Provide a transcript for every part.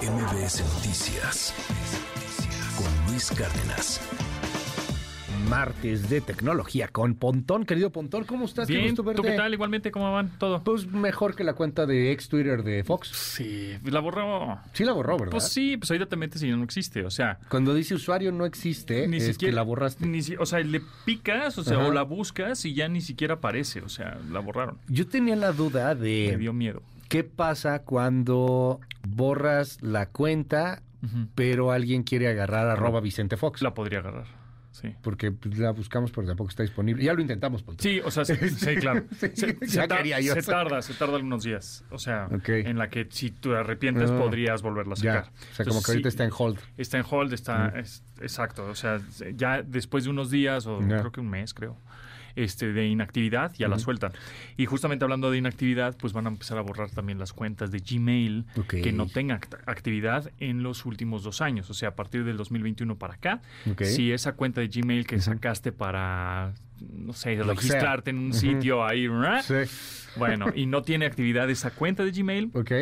MBS Noticias con Luis Cárdenas. Martes de tecnología con Pontón, querido Pontón, ¿cómo estás? Qué Bien, gusto ¿tú qué tal? Igualmente, ¿cómo van? Todo. Pues mejor que la cuenta de ex Twitter de Fox. Sí, Eh, la borró. Sí la borró, ¿verdad? Pues sí, pues ahorita te metes y ya no existe, o sea, Cuando dice usuario no existe, ni es siquiera que la borraste. ni si- o sea, le picas, o sea, Ajá. o la buscas y ya ni siquiera aparece, o sea, la borraron. Yo tenía la duda Me de dio miedo. qué pasa cuando borras la cuenta, Ujú. pero alguien quiere agarrar arroba Vicente Fox. La podría agarrar. Sí. Porque pues, la buscamos, pero tampoco está disponible. Ya lo intentamos, Pontón. Sí, o sea, sí, sí, claro. Sí, se, ya se tar- quería yo. se tarda, se tarda algunos días. O sea, Ok. en la que si tú te arrepientes Ah. podrías volverla a Ya, sacar. o sea, como que ahorita está en hold. Está en hold, está. Mm. es- exacto. O sea, ya después de unos días, o Ya. creo que un mes, creo, este, de inactividad, ya la sueltan. Y justamente hablando de inactividad, pues van a empezar a borrar también las cuentas de Gmail Ok. que no tengan act- actividad en los últimos dos años. O sea, a partir del 2021 para acá, Ok. si esa cuenta de Gmail que sacaste para, no sé, Lo que sea. registrarte en un sitio ahí, ¿verdad? Sí. bueno, y no tiene actividad esa cuenta de Gmail, Ok.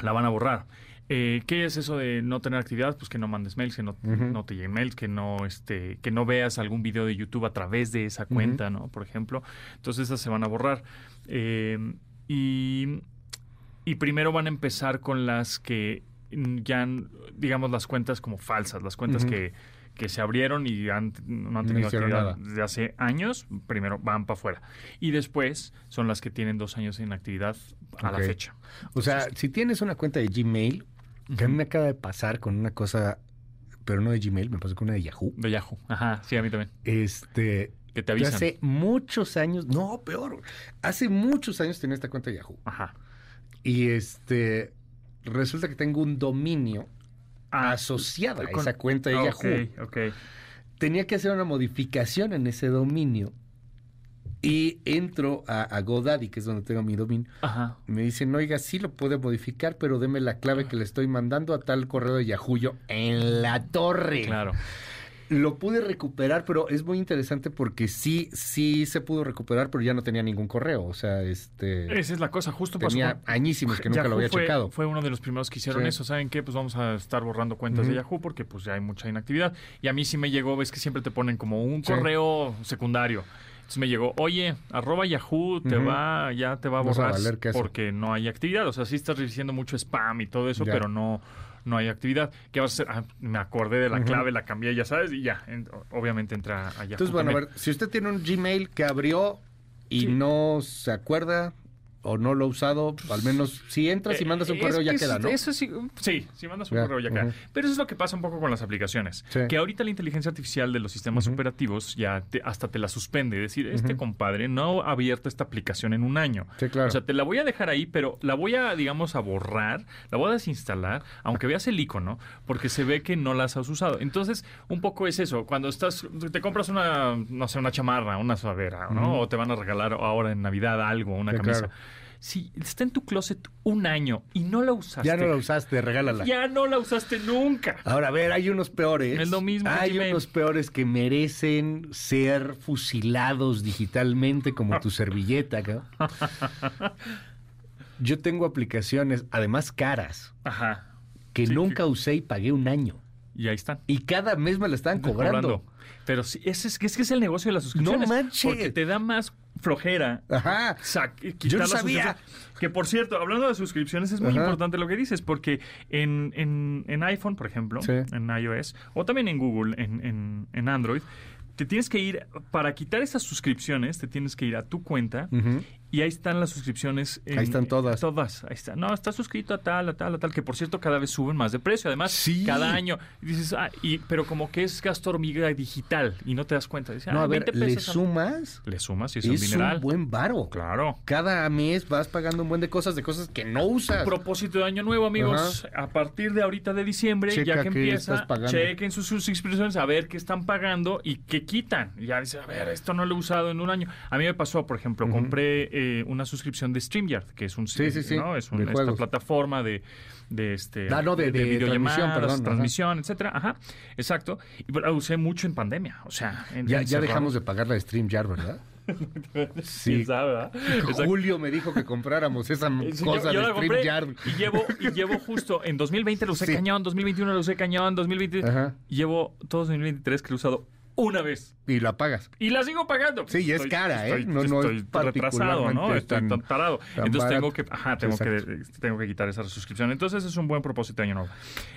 la van a borrar. Eh, ¿Qué es eso de no tener actividad? Pues que no mandes mails, que no, no te lleguen mails, que no, este, que no veas algún video de YouTube a través de esa cuenta, ¿no? Por ejemplo. Entonces esas se van a borrar. Eh, y, y primero van a empezar con las que mm, ya, han- digamos, las cuentas como falsas, las cuentas que, que se abrieron y han- no No han tenido hicieron actividad nada. desde hace años, primero van para afuera. Y después son las que tienen dos años sin actividad a Ok. la fecha. O sea, si tienes una cuenta de Gmail, que a mí me acaba de pasar con una cosa, pero no de Gmail, me pasó con una de Yahoo. De Yahoo. Ajá, sí, a mí también. Este, Que te yo avisan. hace muchos años, no, peor, hace muchos años tenía esta cuenta de Yahoo. Ajá. Y este, resulta que tengo un dominio asociado a Ah, con- esa cuenta Ah, de Ah, Yahoo. Ok, ok. Tenía que hacer una modificación en ese dominio. Y entro a, a GoDaddy, que es donde tengo mi dominio. Ajá. Me dicen, oiga, sí lo puede modificar, pero deme la clave que le estoy mandando a tal correo de Yahoo Yo, en la torre. Claro. Lo pude recuperar, pero es muy interesante porque sí, sí se pudo recuperar, pero ya no tenía ningún correo. O sea, este. Esa es la cosa, justo pasó. tenía con- añísimos pues, que nunca Yahoo lo había fue, checado. Fue uno de los primeros que hicieron Sí. eso. ¿Saben qué? Pues vamos a estar borrando cuentas de Ujú. Yahoo porque pues ya hay mucha inactividad. Y a mí sí me llegó, ves que siempre te ponen como un Sí. correo secundario. Entonces me llegó, oye, arroba Yahoo, te Ujú. va, ya te va a Vas a borrar valer queso. porque no hay actividad. O sea, sí estás recibiendo mucho spam y todo eso, Ya. pero no, no hay actividad. ¿Qué vas a hacer? Ah, me acordé de la clave, la cambié, ya sabes, y ya. En- obviamente entra a Yahoo. Entonces, bueno, a también. ver, si usted tiene un Gmail que abrió y Sí. no se acuerda o no lo ha usado, al menos si entras y Eh, mandas un es correo ya que queda, es- ¿no? Eso sí, sí, si mandas un Ya, correo ya queda. ujú. Pero eso es lo que pasa un poco con las aplicaciones. Sí. Que ahorita la inteligencia artificial de los sistemas operativos ya te- hasta te la suspende. Es decir, este compadre no ha abierto esta aplicación en un año. Sí, claro. O sea, te la voy a dejar ahí, pero la voy a, digamos, a borrar, la voy a desinstalar, aunque veas el icono, porque se ve que no las has usado. Entonces, un poco es eso. Cuando estás, te compras una, no sé, una chamarra, una sudadera, ¿no? O te van a regalar ahora en Navidad algo, una Sí, camisa. claro. Si está en tu closet un año y no la usaste. ya no la usaste, regálala. Ya no la usaste nunca. Ahora, a ver, hay unos peores. Es lo mismo que Hay Gmail. unos peores que merecen ser fusilados digitalmente como tu servilleta. cabrón. Yo tengo aplicaciones, además caras, Ajá. que Sí, nunca usé y pagué un año. Y ahí están. Y cada mes me la están cobrando. Pero sí, ese es, que es que es el negocio de las suscripciones. manches. Porque te da más flojera Ajá. Sac- quitar Yo no las sabía. suscripciones. Que por cierto, hablando de suscripciones, es muy Ajá. importante lo que dices, porque en, en- en iPhone, por ejemplo, Sí. en iOS, o también en Google, en, en- en Android, te tienes que ir, para quitar esas suscripciones, te tienes que ir a tu cuenta. Ujú. Y ahí están las suscripciones. en- Ahí están todas. Todas. Ahí está. No, está suscrito a tal, a tal, a tal. Que por cierto, cada vez suben más de precio. Además, Sí. cada año. Y dices, ah, y, pero como que es gasto hormiga digital. Y no te das cuenta. Dices, No, ah, a ver, 20 le pesos al- sumas. Le sumas y es, un Es dineral. un buen varo. Claro. Cada mes vas pagando un buen de cosas, de cosas que no usas. Propósito de año nuevo, amigos. A partir de ahorita de diciembre, Checa ya qué que estás empieza, pagando. chequen sus suscripciones a ver qué están pagando y qué quitan. Y ya dice, a ver, esto no lo he usado en un año. A mí me pasó, por ejemplo, compré eh, una suscripción de StreamYard, que es un Sí, sí, sí, ¿no? es un- de esta juegos. plataforma de de este Ah, no, de- de transmisión, perdón, ajá. transmisión, etcétera, ajá, exacto. Y la usé mucho en pandemia, o sea, en- Ya, ya encerrado. dejamos de pagar la StreamYard, ¿verdad? Sí. ¿Quién sabe, ah? verdad? Exacto. Julio me dijo que compráramos esa Sí, cosa yo- yo la de compré StreamYard. Y llevo, y llevo justo en 2020 lo usé Sí. cañón, 2021 lo usé cañón, 2023. Ajá. Llevo todo 2023 que lo he usado una vez. Y la pagas. Y la sigo pagando. Sí, y es cara, ¿eh? No- no es estoy retrasado, ¿no? particularmente Estoy tan, tan- parado. tan Entonces barato. tengo que, ajá, tengo que, tengo que quitar esa suscripción. Entonces es un buen propósito de año nuevo.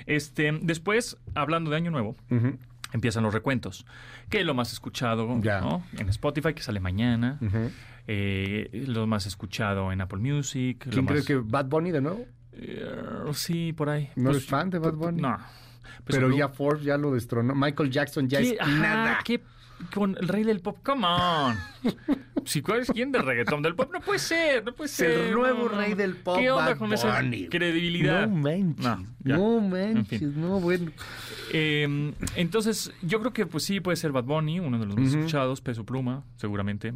Este, después, hablando de año nuevo, Ujú, empiezan los recuentos. Que es lo más escuchado Ya. Mm. ¿no? en Spotify, que sale mañana. ujú. Eh, lo más escuchado en Apple Music. lo ¿Quién cree más- que Bad Bunny de nuevo? Eh, sí, por ahí. ¿No eres fan de Bad Bunny? No. Pues, Pero lo- ya Forbes ya lo destronó. Michael Jackson ya ¿Qué? es Ajá, nada. ¿qué? Con el rey del pop, come on. Si cuál es quién del reggaetón del pop, no puede ser, no puede Es el ser. no, nuevo no, rey no. del pop, ¿Qué onda Bad con esa Bunny? credibilidad? No manches. No, ya. No, manches. En No, bueno. Eh, entonces, yo creo que pues sí puede ser Bad Bunny, uno de los más Ujú. escuchados, Peso Pluma, seguramente.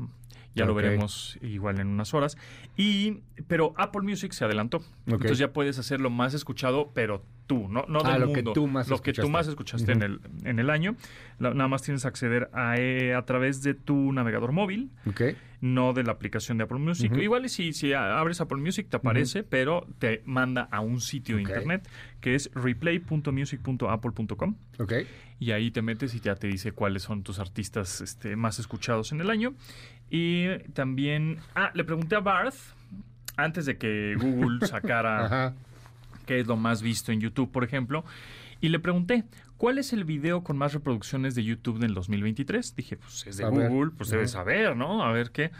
Ya lo Ok. veremos igual en unas horas. Y, pero Apple Music se adelantó. Entonces ya puedes hacer lo más escuchado, pero tú, no, no Ah, del lo que mundo, tú más lo que tú escuchaste. más escuchaste Ujú. en, el, en el año. La- nada más tienes que acceder a, eh, a través de tu navegador móvil, Ok. no de la aplicación de Apple Music. Ujú. Igual y si, si a- abres Apple Music te aparece, pero te manda a un sitio Ok. de internet que es replay.music.apple.com Ok. y ahí te metes y ya te dice cuáles son tus artistas este, más escuchados en el año. Y también, ah, le pregunté a Barth antes de que Google sacara Ajá. qué es lo más visto en YouTube, por ejemplo, y le pregunté, ¿cuál es el video con más reproducciones de YouTube del 2023? Dije, pues es de A ver. Google, pues Ajá. debe saber, ¿no? A ver qué.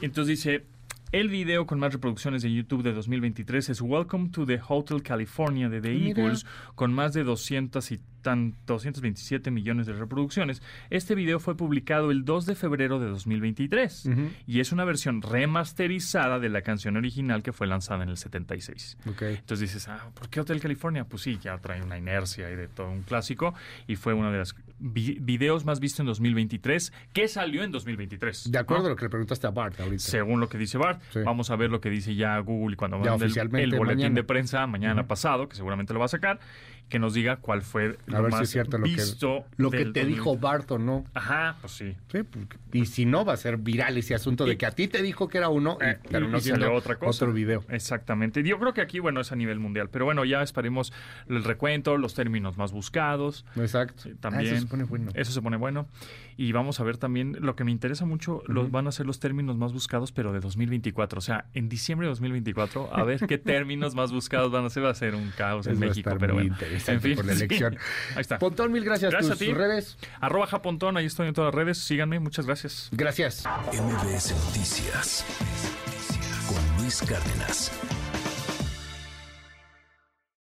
Entonces dice, el video con más reproducciones de YouTube de 2023 es Welcome to the Hotel California de The Ah, Mira. Eagles, con más de 200 y tan, 227 millones de reproducciones. Este video fue publicado el 2 de febrero de 2023. Ujú. Y es una versión remasterizada de la canción original que fue lanzada en el 76. Ok. Entonces dices, ah, ¿por qué Hotel California? Pues sí, ya trae una inercia y de todo un clásico. Y fue uno de los vi- videos más vistos en 2023, que salió en 2023. De acuerdo ¿no? a lo que le preguntaste a Bart ahorita. Según lo que dice Bart, Sí. vamos a ver lo que dice ya Google cuando Ya mande el- el, oficialmente boletín mañana. de prensa mañana Ujú. pasado, que seguramente lo va a sacar, que nos diga cuál fue A lo ver más si es cierto lo que, visto. lo que del te 2000. dijo Bart o no. Ajá, pues sí. Sí, porque- y si no, va a ser viral ese asunto de que a ti te dijo que era uno, y Eh, terminó y salió siendo otra cosa. otro video. Exactamente. Yo creo que aquí, bueno, es a nivel mundial. Pero bueno, ya esperemos el recuento, los términos más buscados. Exacto. Sí, Ah, También. eso se pone bueno. Eso se pone bueno. Y vamos a ver también lo que me interesa mucho, los, van a ser los términos más buscados, pero de 2024. O sea, en diciembre de 2024, a ver qué términos más buscados van a ser. Va a ser un caos Pues en Eso va a México, estar pero muy bueno. interesante En fin, por la sí. elección. Ahí está. Pontón, mil gracias. Gracias Tus a ti. redes. Arroba Japontón, ahí estoy en todas las redes. Síganme, muchas gracias. Gracias. MBS Noticias con Luis Cárdenas.